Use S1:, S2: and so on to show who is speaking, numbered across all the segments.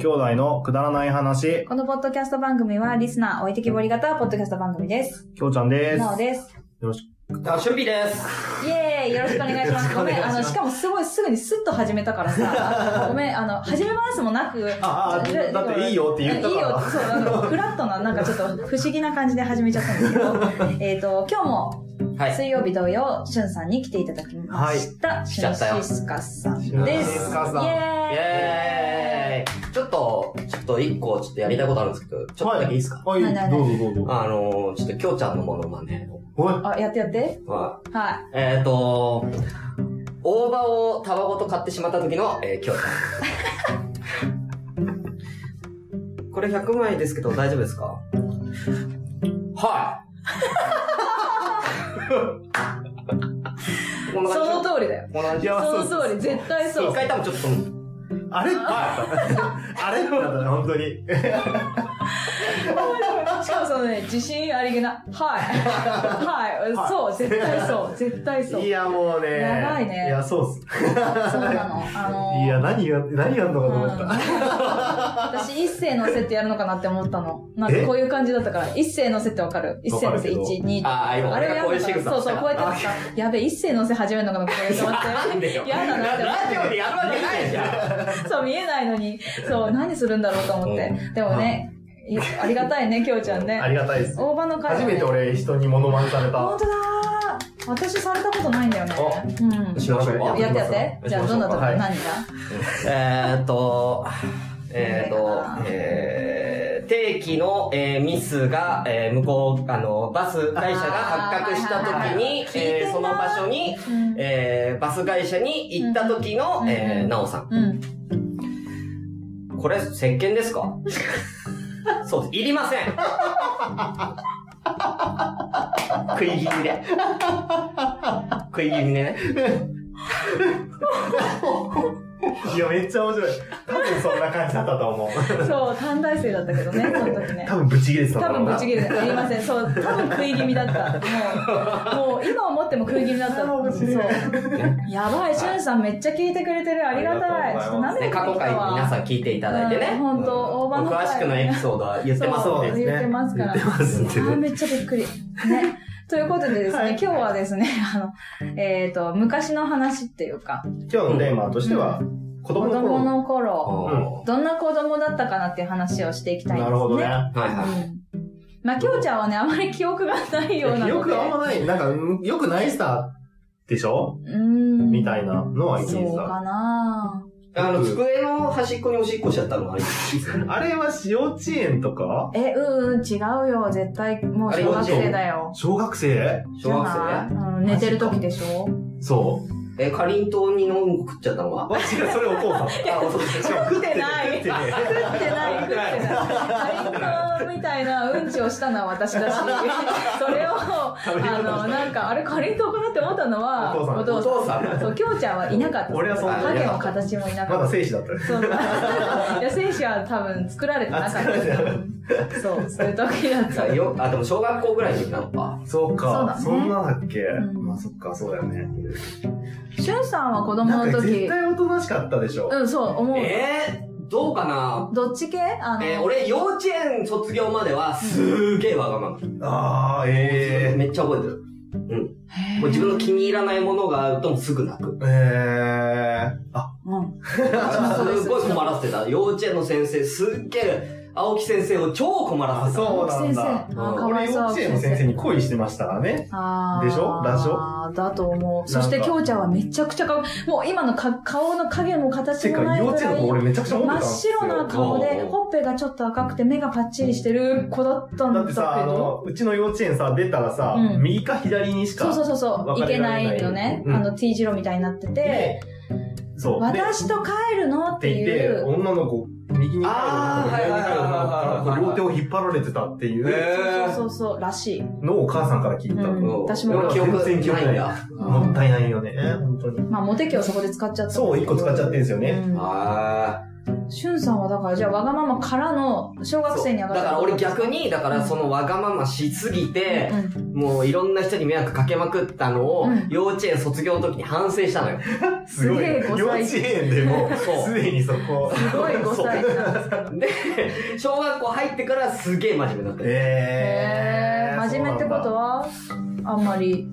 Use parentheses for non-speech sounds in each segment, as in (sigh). S1: 兄弟のくだらない話、
S2: このポッドキャスト番組は、リスナー置いてきぼり型ポッドキャスト番組です。
S1: きょうちゃんです。
S2: なおです。
S1: よろし
S3: あ、シュピです。
S2: イエーイよろしくお願い
S1: (laughs)
S2: します。
S3: よ
S2: ごめ
S3: ろしくお願いし
S2: ん、
S3: ます
S2: あの、しかもすごいすぐにスッと始めたから
S1: (laughs)
S2: さ、ごめん、あの、始めますもなく、
S1: ああだっていいよって言ったから
S2: いいよ、そう、あ
S1: (laughs)
S2: の、フラットな、なんかちょっと不思議な感じで始めちゃったんですけど、
S1: (laughs)
S2: えっと、今日も、
S3: はい。
S2: 水曜日同様、しゅんさんに来ていただきました。しゅ
S3: 来ちゃ
S2: ん
S3: ったよ
S2: しすかさんです。イ
S1: ゅんしすかさん
S3: イ
S2: エーイ
S3: エーイちょっと、ちょっと一個ちょっとやりたいことあるんですけど、ちょっとだけいいですか、
S1: く。はい、
S2: はいはいはい
S1: どうぞどうぞ。
S3: あのー、ちょっときょうちゃんのものまねを。
S1: おい、
S2: あ、やってやって。
S3: ま
S2: は
S3: あ、えっ、ー、と、大葉をタバコと買ってしまった時の、えー、きょうちゃん。これ100枚ですけど大丈夫ですか
S2: (laughs)
S3: はい。こん
S2: い。
S3: な
S2: その
S3: 感じ
S2: 通りだよ。
S3: こんな感
S1: い
S3: じ
S1: や
S2: その通り、絶対そ
S3: 一
S2: う。
S3: 回多分ちょっとその、
S1: あれあれなんだね、本当に。
S2: しかもそのね、自信ありげな、はい、はい、
S1: はい
S2: そう、絶対そう、絶対そう。
S1: い
S2: そう
S1: や、もうね。
S2: やばいね
S1: いや、そうっす。
S2: なの。あの
S1: いや、何や、何やんのかと思った。
S2: うん私、一世のせってやるのかなって思ったの。なんかこういう感じだったから、一世のせってわかる一世の
S1: わか
S2: せ、
S1: るけど
S2: 1、2、
S3: あー今
S2: あれや
S3: こうい
S2: るの
S3: う仕
S2: かな
S3: 草
S2: そうそう、こうやってやってた。やべえ、一世のせ始めるのかなとか言って
S3: なん
S2: 待っ (laughs)
S3: でよ
S2: て。やだなって思って。
S3: ラジオでやるわけないじゃん。
S2: そう、見えないのに、そう、何するんだろうと思って。でもね、いやありがたいね、きょうちゃん
S1: あ
S2: ね。
S1: りがたいです。
S2: 大場の会
S1: 初めて俺、人にモノマネされた。
S2: 本当だー私されたことないんだよね。うん。
S3: しましょうか。
S2: やってやって。じゃあ、どんなとこ
S1: はい
S2: 何が
S3: えーっと、えーっと、えー、定期の、えーミスが、えー向こう、あの、バス会社が発覚した時に
S2: あ、ーはいはいはいはい聞いてん
S3: え
S2: な
S3: ーその場所に、
S2: うん
S3: えーバス会社に行った時の、
S2: うん
S3: えーなおさん。
S2: うん。
S3: これ、石鹸で
S2: (laughs)
S3: すかそうです。いりません。食い気味で。食い気味でね。
S1: いや、めっちゃ面白い。多分そんな感じだったと思う。
S2: そう、短大生だったけどね、その時
S1: (laughs)
S2: ね
S1: 多。分ブチ切れてたんだ
S2: 多
S1: ろう
S2: 分
S1: な。
S2: ぶち切れてた。すいません。そう、多分食い気味だった。もう、もう今思っても食い気味だった。
S1: あー
S2: そう
S1: 面白い。
S2: やばい、しゅんさんめっちゃ聞いてくれてる。ありがたい。ちょっと
S3: ね、
S2: 涙
S3: 過
S2: 出てき
S3: 去回
S2: たわ。
S3: 皆さん聞いていただいてね。
S2: うん本当
S3: うん
S2: 大盤の回
S3: 詳しくのエピソードは言ってますの
S1: そう
S3: で。
S1: ですね
S2: 言ってますから。
S1: 言ってますんでね
S2: あーめっちゃびっくり。ね。ということでですね、
S1: はい
S2: 今日はですね、あの、えっ、と、昔の話っていうか、
S1: 今日のテーマとしては、子供
S2: 子
S1: の
S2: 供
S1: 頃。
S2: の頃、
S3: は
S2: どんな子供だったかなっていう話をしていきたいで
S1: な
S2: すね。
S1: るほどね。。
S3: いは
S2: うん。まあ、きょうちゃんはね、あまり記憶がないようなので。
S1: よくあんまない、なんかうん、よくないさ、でしょ
S2: うん。
S1: みたいなのはイメー
S2: そ
S1: ジ
S2: う
S1: だ。
S2: かな。
S3: い。あの、机の端っこにおしっこしちゃったのはあれですね。
S1: あれは幼稚園とか
S2: え、うんうん、違うよ。絶対、もう小学生だよ。
S1: 小学生
S3: 小学生
S2: じゃないうん、寝てる時でしょ
S1: そう。
S3: え、かりんとうにのうんこ食っちゃったのは
S1: わしがそれお父さん。
S2: (laughs)
S3: あ、おそうですよ。
S2: 食ってない。食ってない、
S1: い。
S2: 食ってない。かりんとうみたいなうんちをしたのは私だし、
S1: (laughs)
S2: それを、あの、なんか、あれかりんとうかなって思ったのは、
S1: お父さん
S2: お
S3: お
S2: 父
S3: 父さん。
S2: さん。そう、きょうちゃんはいなかった。
S1: 俺はそんな
S3: にいな
S2: 影
S3: か
S2: も
S3: った
S2: 形もいな
S1: ま
S2: か
S1: だ
S2: った。
S1: 精子だったね。
S2: そう。いや、選手は多分作られてなかった
S1: あ作られてなか。
S2: そう、そういう時だった。
S3: さよあ、でも小学校ぐらいの時なのか。
S1: そうか。
S2: そ
S1: そう
S2: だね
S1: んなだっけ
S2: うん
S1: まあそっか、そうだよね。
S2: しゅんさんは子供
S1: なん
S2: の
S1: か絶
S2: 時、
S1: 対おとなしかったでしょ。
S2: うん、そう、思う。
S3: えー、どうかな
S2: どっち系あの、
S3: えー、俺、幼稚園卒業までは、すーげーわがまま。
S1: あー、え
S3: めっちゃ覚えてる。
S2: へー
S3: もう自分の気に入らないものがあるともすぐ泣く。
S1: ー。えー。あ、
S2: うん。
S3: すごい困らせてた。幼稚園の先生、すっげえ、青木先生を超困らせてた。
S1: そうなん
S2: 先生。
S1: だ
S2: あ。ーかわ
S1: 俺
S2: い
S1: 幼
S2: そう。
S1: 稚園の先生に恋してましたからね。
S2: あー
S1: でしょだでし
S2: だと思う。そして、
S1: なん
S2: き
S1: か
S2: ょうちゃんはめちゃくちゃ顔、もう今のか顔の影も形
S1: て
S2: も
S1: か、
S2: ない
S1: 幼
S2: ぐ
S1: 稚園
S2: ら
S1: の
S2: い
S1: 子。俺めちゃくちゃ思っ
S2: 真
S1: てん
S2: った
S1: ですよ。
S2: 白な顔で、
S3: うん
S2: ほっぺがちょっと赤くて、目がパッチリしてる子だったん
S1: だ
S2: だ
S1: っ
S2: け
S1: てさ、あ
S2: ど。
S1: の、うちの幼稚園さ、出たらさ、
S2: うん
S1: 右か左にし
S2: そ
S1: か。
S2: うそうそうそう、い
S1: 分か
S2: け
S1: れら
S2: な
S1: れない
S2: いよね。
S1: うん
S2: あの、T 字路みたいになってて、
S1: で、そう。でっ
S2: 私と帰るのって
S1: て言っ
S2: い
S1: て、
S2: う。
S1: 女の子、右に帰る
S3: あ
S1: の
S3: ー
S1: か、左に帰るの
S3: はいはいはいはいは
S1: か
S3: い、
S1: 両手を引っ張られてたっていう
S2: そうそうそうそう、らしい。
S1: のをお母さんから聞いた。
S2: うん私も
S3: 記憶ないんだ。
S1: もったいないよね、本当に。
S2: まあ、モテ期をそこで使っちゃった。
S1: そう、一個使っちゃってるんですよね。
S2: うん
S3: あ
S2: しゅんさんはだから、じゃあわがままからの小学生に上が
S3: だから俺逆に、だからそのわがまましすぎて、
S2: うん
S3: もういろんな人に迷惑かけまくったのを
S2: うん、
S3: 幼稚園卒業の時に反省したのよ。
S1: すごい。
S2: すげえ
S1: 幼
S2: 5
S1: 稚
S2: 歳
S1: 園でも
S3: そう、
S1: すでにそこ。
S2: すごい5歳 (laughs) なんですけど。
S3: で、小学校入ってからすげえ真面目だったよ。
S1: え
S2: へ
S1: ー。
S2: ー真面目ってことはあんまり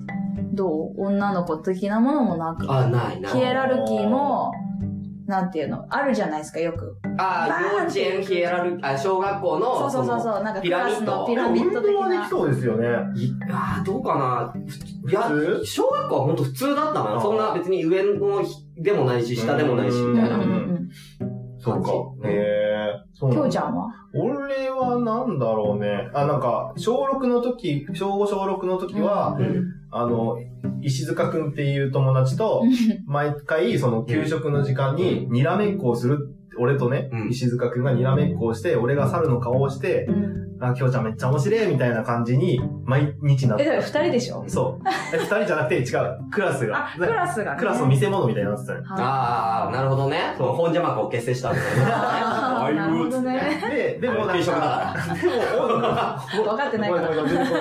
S2: どう女の子的なものもなく
S3: あ、ないな。
S2: ヒエラルキーもなんていうのあるじゃないですかよく
S3: あー、幼稚園ヒエラルキー、あ、小学
S2: そ
S3: 校
S2: う
S3: の、
S2: そうそう
S3: その
S2: そうなんかク
S3: ピラ
S2: ラ
S3: ミ
S2: ス
S3: ッド
S2: の
S1: そ
S2: ピ
S1: う
S2: ラ
S1: なんだ
S2: ミッド
S1: 運
S2: 的
S1: 動はでき
S2: な
S1: そうですよね。
S3: いあーどうかないや、
S1: 普通
S3: 小学校は本当普通だったの
S1: あ
S3: よ。
S1: ー
S3: そんな別に上のでもないし、下でもないし、
S1: う
S2: うん
S3: み
S2: う
S3: た
S2: ん
S3: いな。
S2: うん
S1: そうか。へえー。そう
S2: うん
S1: なん
S2: きょ
S1: だ
S2: うちゃんは
S1: 俺はなんだろうね。あ、なんか、小6の時、小5小6の時は、
S3: うん
S1: あの、石塚くんっていう友達と、毎回、その給食の時間に、にらめっこをする。俺とね、
S3: うん
S1: 石塚くんがにらめっこをして、俺が猿の顔をして、
S2: うん
S1: あ、きょうちゃんめっちゃ面白いみたいな感じに、毎日なって
S2: えだから2人でしょ
S1: そう。え二人じゃなくて、違う。クラスが
S2: あ。クラスがね
S1: クラスの見せ物みたいになってたよ。
S2: はい
S3: ああ、なるほどね。
S1: そう
S3: 本邪魔を結成したみた (laughs) いな。
S2: あーなるほどね
S1: で、でもなん
S3: 軽食だか
S1: か、でも、お
S2: 分かってないから
S1: ご
S2: (laughs)
S1: めんごめんごめんごめん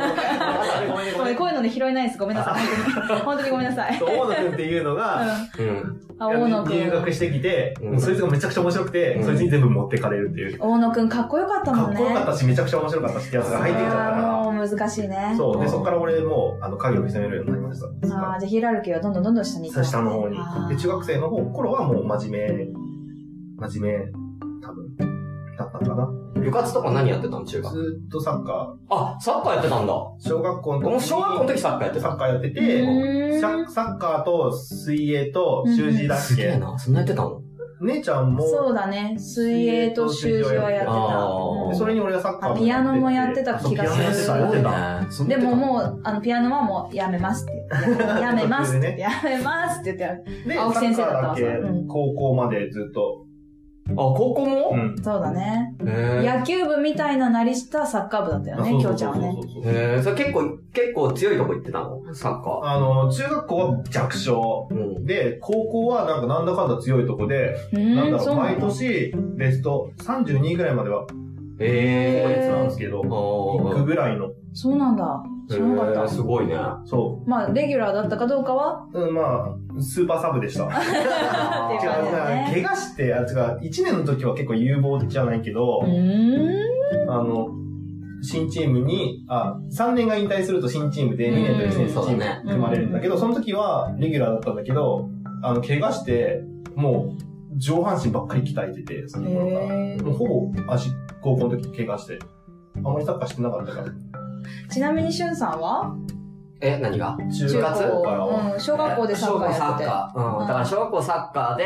S1: ごめんごめんごめんごめんごめん
S2: これこういうので拾えないですごめんなさい本当に本当にごめんなさい
S1: そう大野くんっていうのが、
S3: うん。
S2: うんあ大野く
S1: 入
S2: ん
S1: 学してきて、
S3: うん
S1: そいつがめちゃくちゃ面白くて、
S3: うん
S1: そいつに全部持ってかれるっていう。
S2: 大野くんかっこよかった
S1: か
S2: も
S1: っ
S2: んね
S1: こよかったし、めちゃくちゃ面白かったしってやつが入ってきちゃった
S2: あ
S1: か
S2: ーもう難しいね
S1: ら。そう。で、そこから俺もう、あの、影を潜めるようになりました。
S2: ああ、じゃあヒエラルキーはどんどんどんどん下に行った
S1: 下の方に
S2: あ。
S1: で、中学生の方頃はもう真面目、真面目、多分、だったのかな。
S3: 部活とか何やってたの中学。
S1: ずーっとサッカ
S3: あ、サッカーやってたんだ。
S1: ー、小学校の時
S3: も
S1: に
S3: う小学校の時サッカーやって
S1: サ
S3: た。
S1: ッカーやって
S2: ー
S1: て、
S2: う
S1: サ
S2: ーん
S1: ッサッカーと水泳と習字だっ
S3: すげえ
S1: け。
S3: な。そんなやってたの
S1: 姉ちゃんも、
S2: そうだね。水泳と習字はやってた
S3: あー
S1: で
S2: うん
S1: それに俺はサッカー
S2: あピアノもやってた気がする
S1: あそうピアノやってた、やって
S3: す
S2: でもも
S3: う、
S2: う、あの、ピアノはもう、やめますって言って。やめますって。やめますって言って。
S1: た。で、
S2: 青木先生だった
S1: サッカーだ
S2: わ
S1: け、
S2: うん
S1: 高校までずっと。
S3: あ、高校も
S1: ん。
S2: そうだね。
S3: へ
S2: 野球部みたいななりしたサッカー部だったよね、きょうちゃんはね。
S3: え。へえ、それ結構、結構強いとこ行ってたのサッカ
S1: あの、中学校は弱小。
S3: ー。うん。
S1: で、高校はなんかなんだかんだ強いとこで、
S2: う
S1: なん
S2: ー
S1: だ
S2: ん、
S1: ろ、
S2: そううな
S1: 毎
S2: の
S1: 年ベスト32ぐらいまでは、公立
S3: へえ。
S1: なんですけど、
S3: あ
S1: 行く
S3: ー
S1: ぐらいの。
S2: そうなんだ。知らなか
S3: へ
S2: っ
S3: ー
S2: た。
S3: すごいね。あ
S1: そ
S2: まあ、レギュラーだったかどうかは、
S1: う。うん、まあ、スーパーサブで
S2: (laughs)
S1: した。
S3: ー
S1: 違う、
S2: そうだよね
S1: 怪我して、あ、違う、1年の時は結構有望じゃないけど
S2: う、ーん。
S1: あの、新チームに、あ、3年が引退すると新チームで、
S2: うん
S1: 2年と1年のチ
S3: そうだ
S1: ー
S3: ね
S1: ム組まれるんだけど、その時はレギュラーだったんだけど、あの、怪我して、もう、上半身ばっかり鍛えてて、その頃から。
S2: へー
S1: もうほぼ足、高校の時怪我して、あんまりサッカーしてなかったから。
S2: ちなみに、しゅんさんは
S3: え、何が
S1: 中
S2: 中
S1: 学校から
S2: 高
S1: は。。
S2: うん、小学校でサッカーやってて
S3: 小学校。サッカー。うん。だから小学校サッカーで、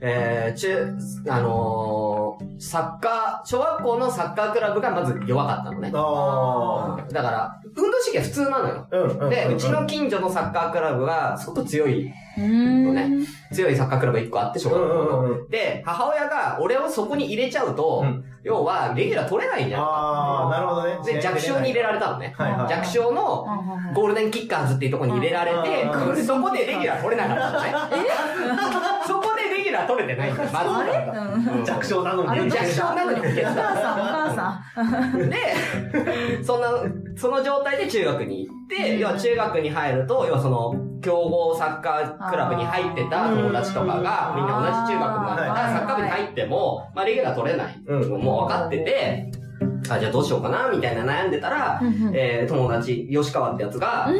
S3: えー、中、あのー、サッカー、小学校のサッカークラブがまず弱かったのね。うん
S1: あ
S3: だから、運動神経普通なのよ。
S1: あ。うん、うん。
S3: で、うちの近所のサッカークラブが、すごく強い、
S2: うーん。
S3: 強いサッカークラブが1個あって、小
S1: う
S3: 学
S1: ん、
S3: 校
S1: う
S3: の。
S1: ん、うん。
S3: で、母親が俺をそこに入れちゃうと、
S1: うん
S3: 要は、レギュラー取れないじゃん。
S1: ああ、なるほどね。
S3: で、弱小に入れられたのね。
S1: はいはい。
S3: 弱小の、ゴールデンキッカーズっていうところに入れら
S1: うん
S3: れ
S1: うん
S3: て、そこでレギュラー取れなかったの
S1: (laughs)
S3: ね。そこでレギュラー取れてないんだよ、ま
S1: あれ
S2: うん
S3: ず。
S1: 弱小なの
S2: あ
S1: に。
S2: れ
S3: 弱小なのに
S2: お母さん、お母さん。
S3: で、そんな、その状態で中学に行って、
S2: うん
S3: 要は中学に入ると、要はその、強豪サッカークラブに入ってた友達とかが
S2: あー、
S3: みんな同じ中学になった
S1: は
S3: ら、
S1: い
S3: サッカー部に入っても、まあ、レギュラー取れない。
S1: うん
S3: もう分かってて、あ、じゃあどうしようかな、みたいな悩んでたら、えー、友達、吉川ってやつが、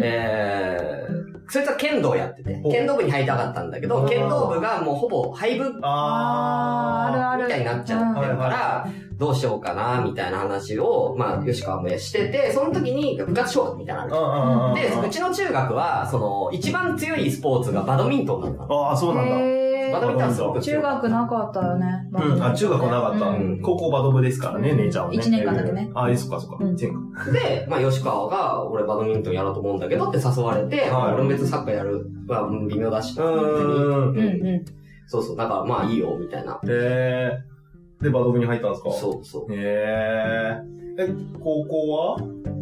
S3: えー、そいつは剣道やってて
S1: ほう、
S3: 剣道部に入りたかったんだけ
S1: う
S3: ど、
S1: ん
S3: 剣道部がもうほぼ廃部み
S1: あ
S2: あーあるある
S3: たいになっちゃってるから、どうしようかな、みたいな話を、まあ、吉川もしてて、その時に部活勝負みたいなのが
S1: あ
S3: あ
S1: あ
S3: る。で、うちの中学は、その、一番強いスポーツがバドミントンだったの。
S1: ああ、そうなんだ。
S2: へ
S3: バドミントンはすごく
S2: ー中
S3: 強かった
S2: 学なかったよね。
S1: うん、あ、中学はなかった。
S2: うん
S3: うん
S1: 高校バド部ですからね、姉ちゃんはね。
S2: 一年間だけね。
S1: あ、あ、そっかそっか。
S2: うん
S1: 一年間。
S3: で、まあ、吉川が、俺バドミントンやろうと思うんだけどって誘われて、
S1: はい
S3: 俺も別にサッカーやるはうん微妙だし、
S1: う
S2: うんうん。
S3: そうそう、だからまあいいよ、みたいな。
S1: へえ。で、バド部に入ったんですか
S3: そうそう。
S1: へえ。え、高校は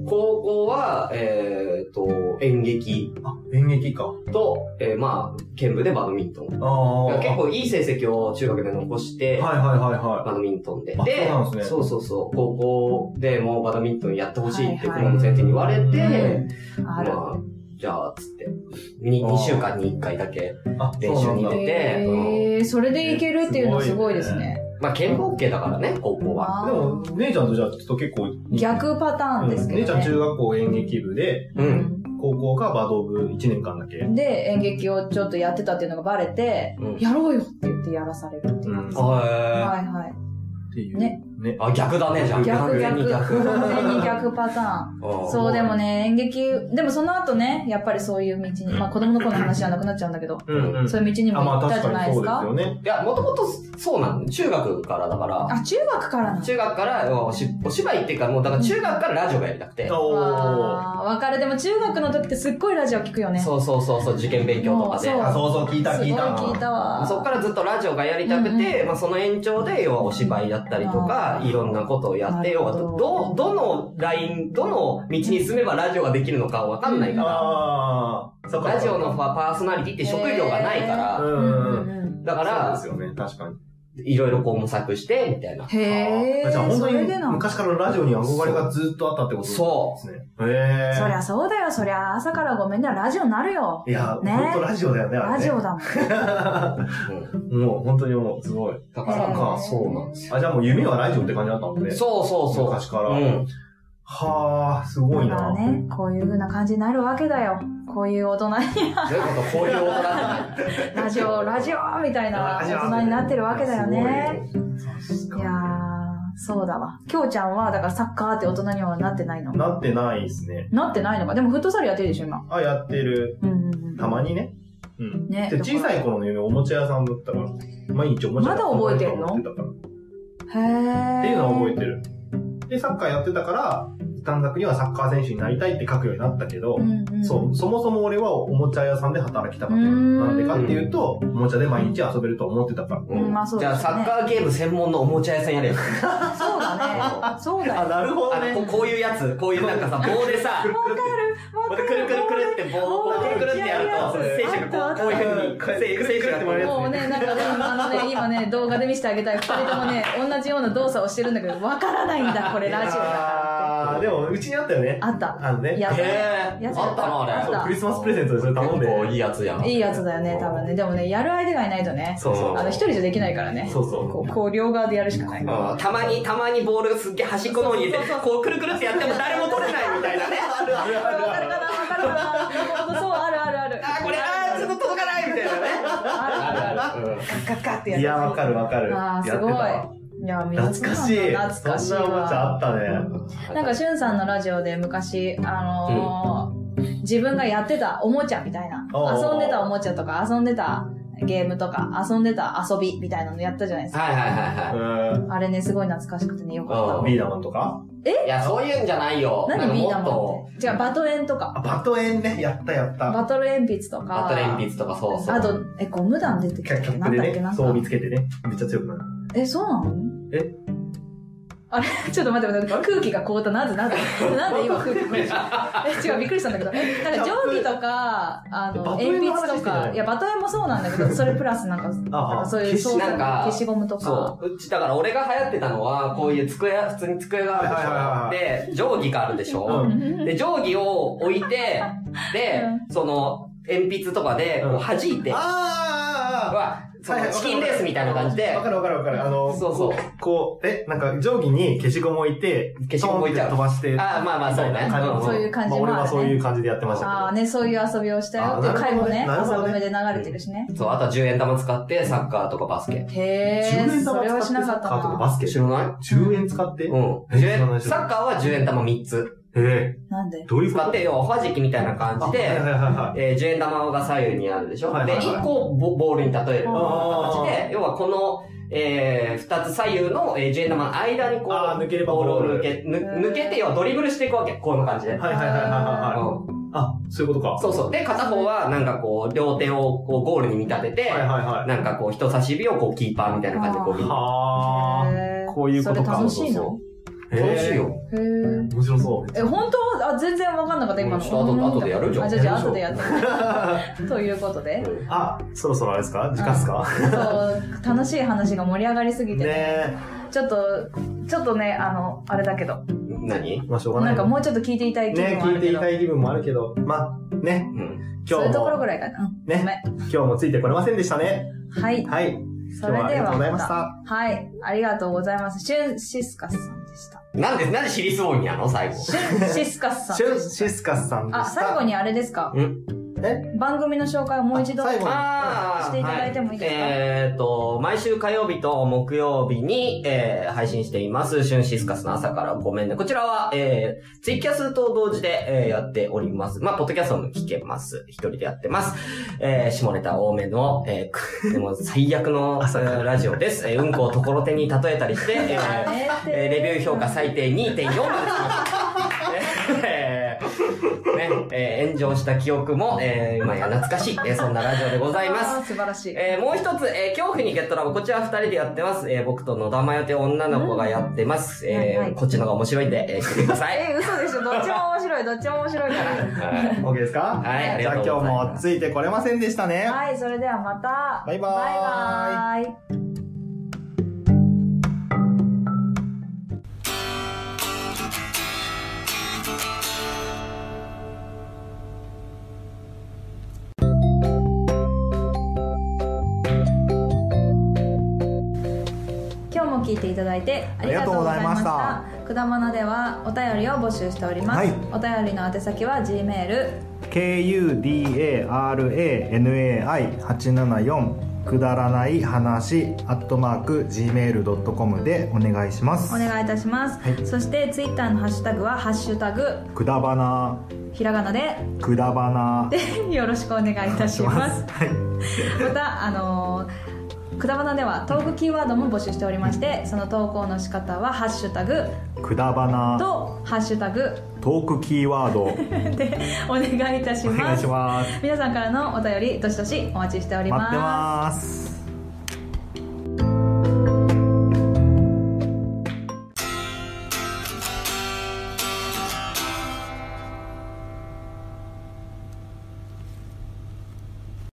S3: 高校は、えっ、と、演劇
S1: あ、演劇か。
S3: と、えーまあ、剣舞でバドミントン。
S1: ああ。
S3: 結構いい成績を中学で残して、
S1: はいはいはいは
S3: バドミントンで
S1: あ。そうなんですね
S3: そうそうそう、高校でもうバドミントンやってほしいって
S2: はいはい
S3: 熊本先生に言われて、
S2: うんある。
S3: まあ、じゃあ、つって、に2週間に1回だけ。
S1: い。あ、
S3: 練
S1: そ
S3: 習に行っ
S1: うなんだ
S3: て
S2: えー、それでいけるっていうのはすごいですね。
S3: まあ、剣道系だからね、高校は。
S2: あ
S1: でも、
S2: ー
S1: 姉ちゃんとじゃあ、ちょっと結構。
S2: 逆パターンですけど、
S1: 姉
S2: ね。
S1: ちゃん中学校演劇部で、
S2: う
S3: う。
S2: んん
S1: 高校がバド部1年間だけ。
S2: で、演劇をちょっとやってたっていうのがバレて、
S3: うん。
S2: やろうよって言ってやらされるっていう感じです、
S3: あ
S2: はいはい。
S1: っていう。
S2: ね。
S1: ね。
S3: あ、逆だね、じゃあ。
S2: 逆
S3: 完全に
S2: 逆。完全に
S3: 逆。
S2: 逆パターン。
S3: (laughs) あー
S2: そう、でも。ね、演劇、でもその後ね、やっぱりそういう道に、まあ子供の頃の話じゃなくなっちゃうんだけど、
S1: うんうん。
S2: そういう道にも
S1: あ、ま
S2: 行
S1: あ
S2: った
S1: 確
S2: じゃな
S1: か
S2: い
S1: にそ
S2: です
S1: うです
S2: か。
S1: よね。
S3: いや、もともとそうなの。中学からだから。
S2: あ、中学からなの
S3: 中学からおしお芝居っていうか、もうだから中学からラジオがやりたくて。
S1: おー。
S2: わあ、わかる。でも中学の時ってすっごいラジオ聞くよね。
S3: そうそうそうそう、受験勉強とかで。
S2: もう
S1: あ、そうそう、聞いた
S2: すごい
S1: 聞いた。
S2: 聞いたわ。
S3: そこからずっとラジオがやりたくて、まあその延長で、要はお芝居だったりとか、いろんなことをやって、
S2: なる
S3: 要
S2: ほ
S3: は
S2: ど
S3: ど、どのライン、どの道に進めばラジオができるのかわかんないか
S1: ああ、そっ
S3: ら、
S1: か。
S3: ラジオのパーソナリティって職業がないから、
S1: う
S2: うん
S1: う。
S2: んうんんうん。
S3: だか
S1: から
S3: ら、
S1: そうですよね、確かに。
S3: いろいろこう模索して、みたいな。
S2: へえ。
S1: じゃあ本当
S2: それ
S1: に
S2: でなの
S1: 昔からラジオに憧れがずっとあったってこと
S3: そう
S1: ですね。へえ。
S2: そりゃそうだよ、そりゃ朝からごめんね、ラジオになるよ。
S1: いや、
S2: ね
S1: 本当ラジオだよね、あ
S2: ラ
S1: れ
S2: ジ
S1: ね
S2: オだもん。
S3: うん
S1: もう本当にもう、すごい。
S3: だから、
S1: そうか
S3: そうなんですよ。
S1: あ、じゃあもう夢はラジオって感じだったもんね。
S3: そうそうそう。
S1: 昔から。 (laughs)
S3: うん。
S1: はあ、すごい
S2: だから
S1: な。
S2: ね、こういう風な感じになるわけだよ。こういう大人に、
S3: どういうことこういう大人だね。
S2: ラジオ、ラジオみたいな大人になってるわけだよね。
S1: す
S2: い
S1: ごい
S2: やー、そうだわ。きょうちゃんは、だからサッカーって大人にはなってないの。
S1: なってないですね。
S2: なってないのか。でもフットサルやってるでしょ、今。
S1: あ、やってる。
S2: うんうんうん。
S1: たまにね。うん。
S2: ね。
S1: で小さい頃の夢、おもちゃ屋さんだったから。毎日おもちゃ屋さん
S2: まだ覚えてんの
S1: ってたから
S2: へー。
S1: っていうのは覚えてる。で、サッカーやってたから、短冊にはサッカー選手になりたいって書くようになったけど、
S2: うんうん、
S1: そう、そもそも俺はおもちゃ屋さんで働きたかった。
S2: うーん
S1: なんでかっていうと、おもちゃで毎日遊べると思ってたから。
S2: うんまあそう
S3: じ
S2: です
S3: ゃ
S2: ね
S3: あ、サッカーゲーム専門のおもちゃ屋さんやれよ。
S2: そうだね。そうだよ。
S1: なるほ
S3: あここういうやつ、こういうなんかさ、棒でさ、
S2: わか
S3: また
S2: る
S3: くるくるくる
S2: (laughs)
S3: って棒をこうくるくるってやると、選手がこうこういう風に、選手がこう
S1: るやつね
S2: もうね、なんかでもあのね、今ね、動画で見せてあげたい。二人ともね、同じような動作をしてるんだけど、わからないんだ、これラジオだから
S1: あーでも、うちにあったよね
S2: って。。あった。
S1: あのね。
S2: や
S3: へ
S2: や
S3: ぇ
S2: つ
S3: ー、あったな、
S2: あ
S3: あ
S1: そ
S2: っ
S1: う
S2: た
S3: れ。
S1: クリスマスプレゼントでそれ頼ん
S3: 結構い
S1: で。
S3: いやつやん
S2: いいやつだよね、多分ね。でもね、やる相手がいないとね、
S1: そうそう
S2: あの、一人じゃできないからね。
S1: そうそう
S2: こう、こう両側でやるしかないから。
S3: うんたまに、たまにボールがすっげえ端っこの方に入れて、こうくるくるってやっても誰も取れないみた
S2: (laughs)
S3: いなね。あ
S2: わかるかなわかるかななるほどそう、あるあるある。
S3: ー、これ、あー、ちょっと届かないみたいなね。
S2: あるあるある。
S3: あるうん
S2: ガッガッってや
S1: いや、わかるわかる。
S2: あ
S1: や
S2: あ、
S1: って
S2: す
S1: た
S2: ごい。
S1: わ。
S2: いや、みんな
S1: 懐かしい。
S2: 懐かしい
S1: そんなおもちゃあ
S2: わ。
S1: ったね。
S2: なんか、しゅんさんのラジオで昔、あのー自分がやってたおもちゃみたいな、
S1: おうおう
S2: 遊んでたおもちゃとか、遊んでたゲームとか、遊んでた遊びみたいなのやったじゃないですか。
S3: はいはいはいは
S1: う
S2: あれね、すごい懐かしくてね、よかった
S3: う
S1: ー
S2: わ。
S1: ビーダマンとか
S3: い。いや、そういうんじゃないよ。なん
S2: 何
S3: か
S2: ビー
S3: も
S2: ダマ
S3: っ
S2: ン
S3: と、
S2: って。違う、バトエンと
S1: あ、
S2: か、
S1: バトエンね。やったやった。
S2: バトル鉛筆とか、
S3: バトル鉛筆とかそうそう。
S2: あと、え、ゴム弾出てき
S1: キ
S2: た
S1: ャ
S2: っ
S1: キ
S2: け
S1: ャ
S2: な
S1: ッ
S2: ん
S1: プ
S2: だっ
S1: で
S2: け
S1: ね
S2: な、ん
S1: そう
S2: だ
S1: 見
S2: っ
S1: つ
S2: け
S1: けてね。めっちゃ強くなる。
S2: え、そうなの
S1: え
S2: あれ (laughs) ちょっと待って待って、空気が凍った。なぜなぜ (laughs) なんで今空気凍ったえ、違う、びっくりしたんだけど。えなんか蒸気とか、あの、
S1: バト
S2: 鉛
S1: エンの話
S2: 筆
S1: し
S2: と
S1: てんじゃな
S2: か、
S1: い
S2: いや、バトエンもそうなんだけど、それプラスなんか、
S1: あ
S2: なんかそういう
S1: 消し
S2: そう
S3: なんか
S2: 消しゴムとか。
S3: そう。うち、だから俺が流行ってたのは、こういう机、普通に机があるでしょ。で、定規があるでし
S1: う
S3: ょ。
S2: ん
S3: で、定規を置い
S1: (laughs)
S3: て、で
S2: う、
S3: その、鉛筆とかで、こう弾いて、
S1: あ
S3: は、そ
S1: はい
S3: の
S1: はい
S3: チキンレースみたいな感じで
S1: わ、かるわかるわかる。あの、
S3: そうそう
S1: こう、え、なんか定規に消しゴム置いて、
S3: 消しゴム置いちゃう
S1: トンって飛ばして。
S3: あーまあまあ
S1: みたいな
S3: そうね
S1: 感じの
S2: そういう感じ
S1: まあ
S2: もあ
S1: 俺
S2: るね
S1: はそういう感じでやってまし
S2: ああ
S1: た
S2: ね、そういう遊びをしたよっていう
S1: あな
S2: 回
S1: るほ
S2: も
S1: どね
S2: ね、
S1: なるほ
S2: 朝
S1: ど
S2: ご
S1: ね
S2: めで流れてるしね。
S3: そう、あとは10円玉使って、サッカーとかバスケ。
S1: け
S2: へ
S1: ど。
S2: え、それはしなかった
S1: カーとか
S2: な。
S1: バスケ。
S3: 知らない
S1: 10円使って
S3: うん
S1: へ。
S3: 10円
S1: 知らない知
S3: サ
S1: ら
S3: ッカーは10円玉3つ。
S1: え、
S2: なんで
S1: どういうこ
S3: 使っ
S1: と
S3: て、要はおはじきみたいな感じ
S1: あはい
S3: で、
S1: はいはいはい。
S3: えー、10円玉が左右にあるでしょ、
S1: はいはいはい
S3: で、1個をボボールに例えるような形
S1: あ
S3: で、要はこの、えー、2つ左右の、えー、10円玉の間にこう、
S1: あー抜ければ
S3: ボ
S1: ボ
S3: ー
S1: ー
S3: ル
S1: ル
S3: を抜け、ぬ抜けて、要はドリブルしていくわけ。こんな感じで。
S1: はいはいはいはいはいはい。
S3: うん
S1: あ、そういうことか。
S3: そうそう。で、片方は、なんかこう、両手をこうゴールに見立てて、
S1: はいはいはい。
S3: なんかこう、人差し指をこう、キーパーみたいな感じでこう見る、
S1: はあ。
S2: へー
S1: こういうことか
S2: それ楽しい
S3: そ
S2: の
S3: 楽しいよ。
S2: へえ。 (laughs)
S1: 面白そう。
S2: え、本当あ、全然わかんなかった、今の。
S3: ちょっと後後でやるじゃん
S2: あ、じゃあ、じゃあ、後でやって。 (laughs) というこ
S1: (laughs)
S2: とで。
S1: あ、そろそろあれですか時間っすか
S2: そう、楽しい話が盛り上がりすぎて、
S1: ねえ。
S2: ちょっと、ちょっとね、あの、あれだけど、
S3: 何
S1: まあしょうがな。
S2: ないんかもうちょっと聞いていたい気分
S1: ね、
S2: もあ
S1: 聞い
S2: る
S1: て
S2: け
S1: い
S2: ど、
S1: たい気分もあるけど、まあね、
S3: うん。
S1: 今
S2: そうい
S1: 日
S2: うところぐ
S1: も、
S2: らいかな。うん
S1: ね、今日もついてこれませんでしたね。
S2: ごめんはい。
S1: はい。
S2: それでは
S1: 今日はありがとうございました
S2: た。はい。ありがとうございます。シュンシスカスさんでした。
S3: なんで、なんで尻すぼみなの最後。
S2: シュンシスカスさん。
S1: シュンシスカスさんでした。
S2: あ、最後にあれですか
S1: え
S2: 番組の紹介をもう一度。
S1: あ最後
S3: あー
S2: していただいてもいいですか
S3: はえっと、毎週火曜日と木曜日に、えー配信しています。シュンシスカスの朝からごめんね。こちらは、えーツイキャスと同時で、えーやっております。まあ、ポッドキャストも聞けます。一人でやってます。えー下ネタ多めの、えーくでも最悪のえ
S1: 朝から
S3: ーラジオです。えーうんこをところてんに例えたりして、えー
S2: やめて
S3: えーレビュー評価最低2.4までしました。 (laughs) えーね、えー炎上した記憶も、えー今や懐かしい、えーそんなラジオでございます。
S2: あー素晴らしい。
S3: えーもう一つ、えー恐怖にゲットラボ、こちら二人でやってます。えー僕と野田真代という女の子がやってます。えー
S2: はいはい
S3: こっちの方が面白いんで、えー来てくだ
S2: (laughs)
S3: さい。
S2: え、嘘でしょどっちも面白い、どっちも面白いから。
S3: はい、
S1: OK ですか
S3: はいあり
S1: じゃ
S3: が
S1: あ
S3: とう
S1: 今
S3: ご
S1: 日
S3: ざいます
S1: もついてこれませんでしたね。
S2: はい、それではまた。
S1: バイバーイ
S2: バイバーイ今日も聞いていただいてありがとうございました
S1: あ
S2: くだまなではお便りを募集しておりま
S1: は
S2: す、
S1: い
S2: お便りの宛先は G メール
S1: kudaranai874 くだらない話アットマーク gmail.com でお願いします
S2: お願いいたします、
S1: はい
S2: そしてツイッターのハッシュタグは「ハッシュタグ
S1: くだばな
S2: ひらがなで
S1: くだば」な
S2: でよろしくお願いいたしますま
S1: はい
S2: たあのーくだばなではトークキーワードも募集しておりましてその投稿の仕方は「ハッシュタグ
S1: くだば」な
S2: と「ハッシュタグ
S1: トークキーワードお」
S2: でお願いいたします
S1: 願いします
S2: 皆さんからのお便りどしどしお待ちしており
S1: 待
S2: ま
S1: っ
S2: す
S1: てます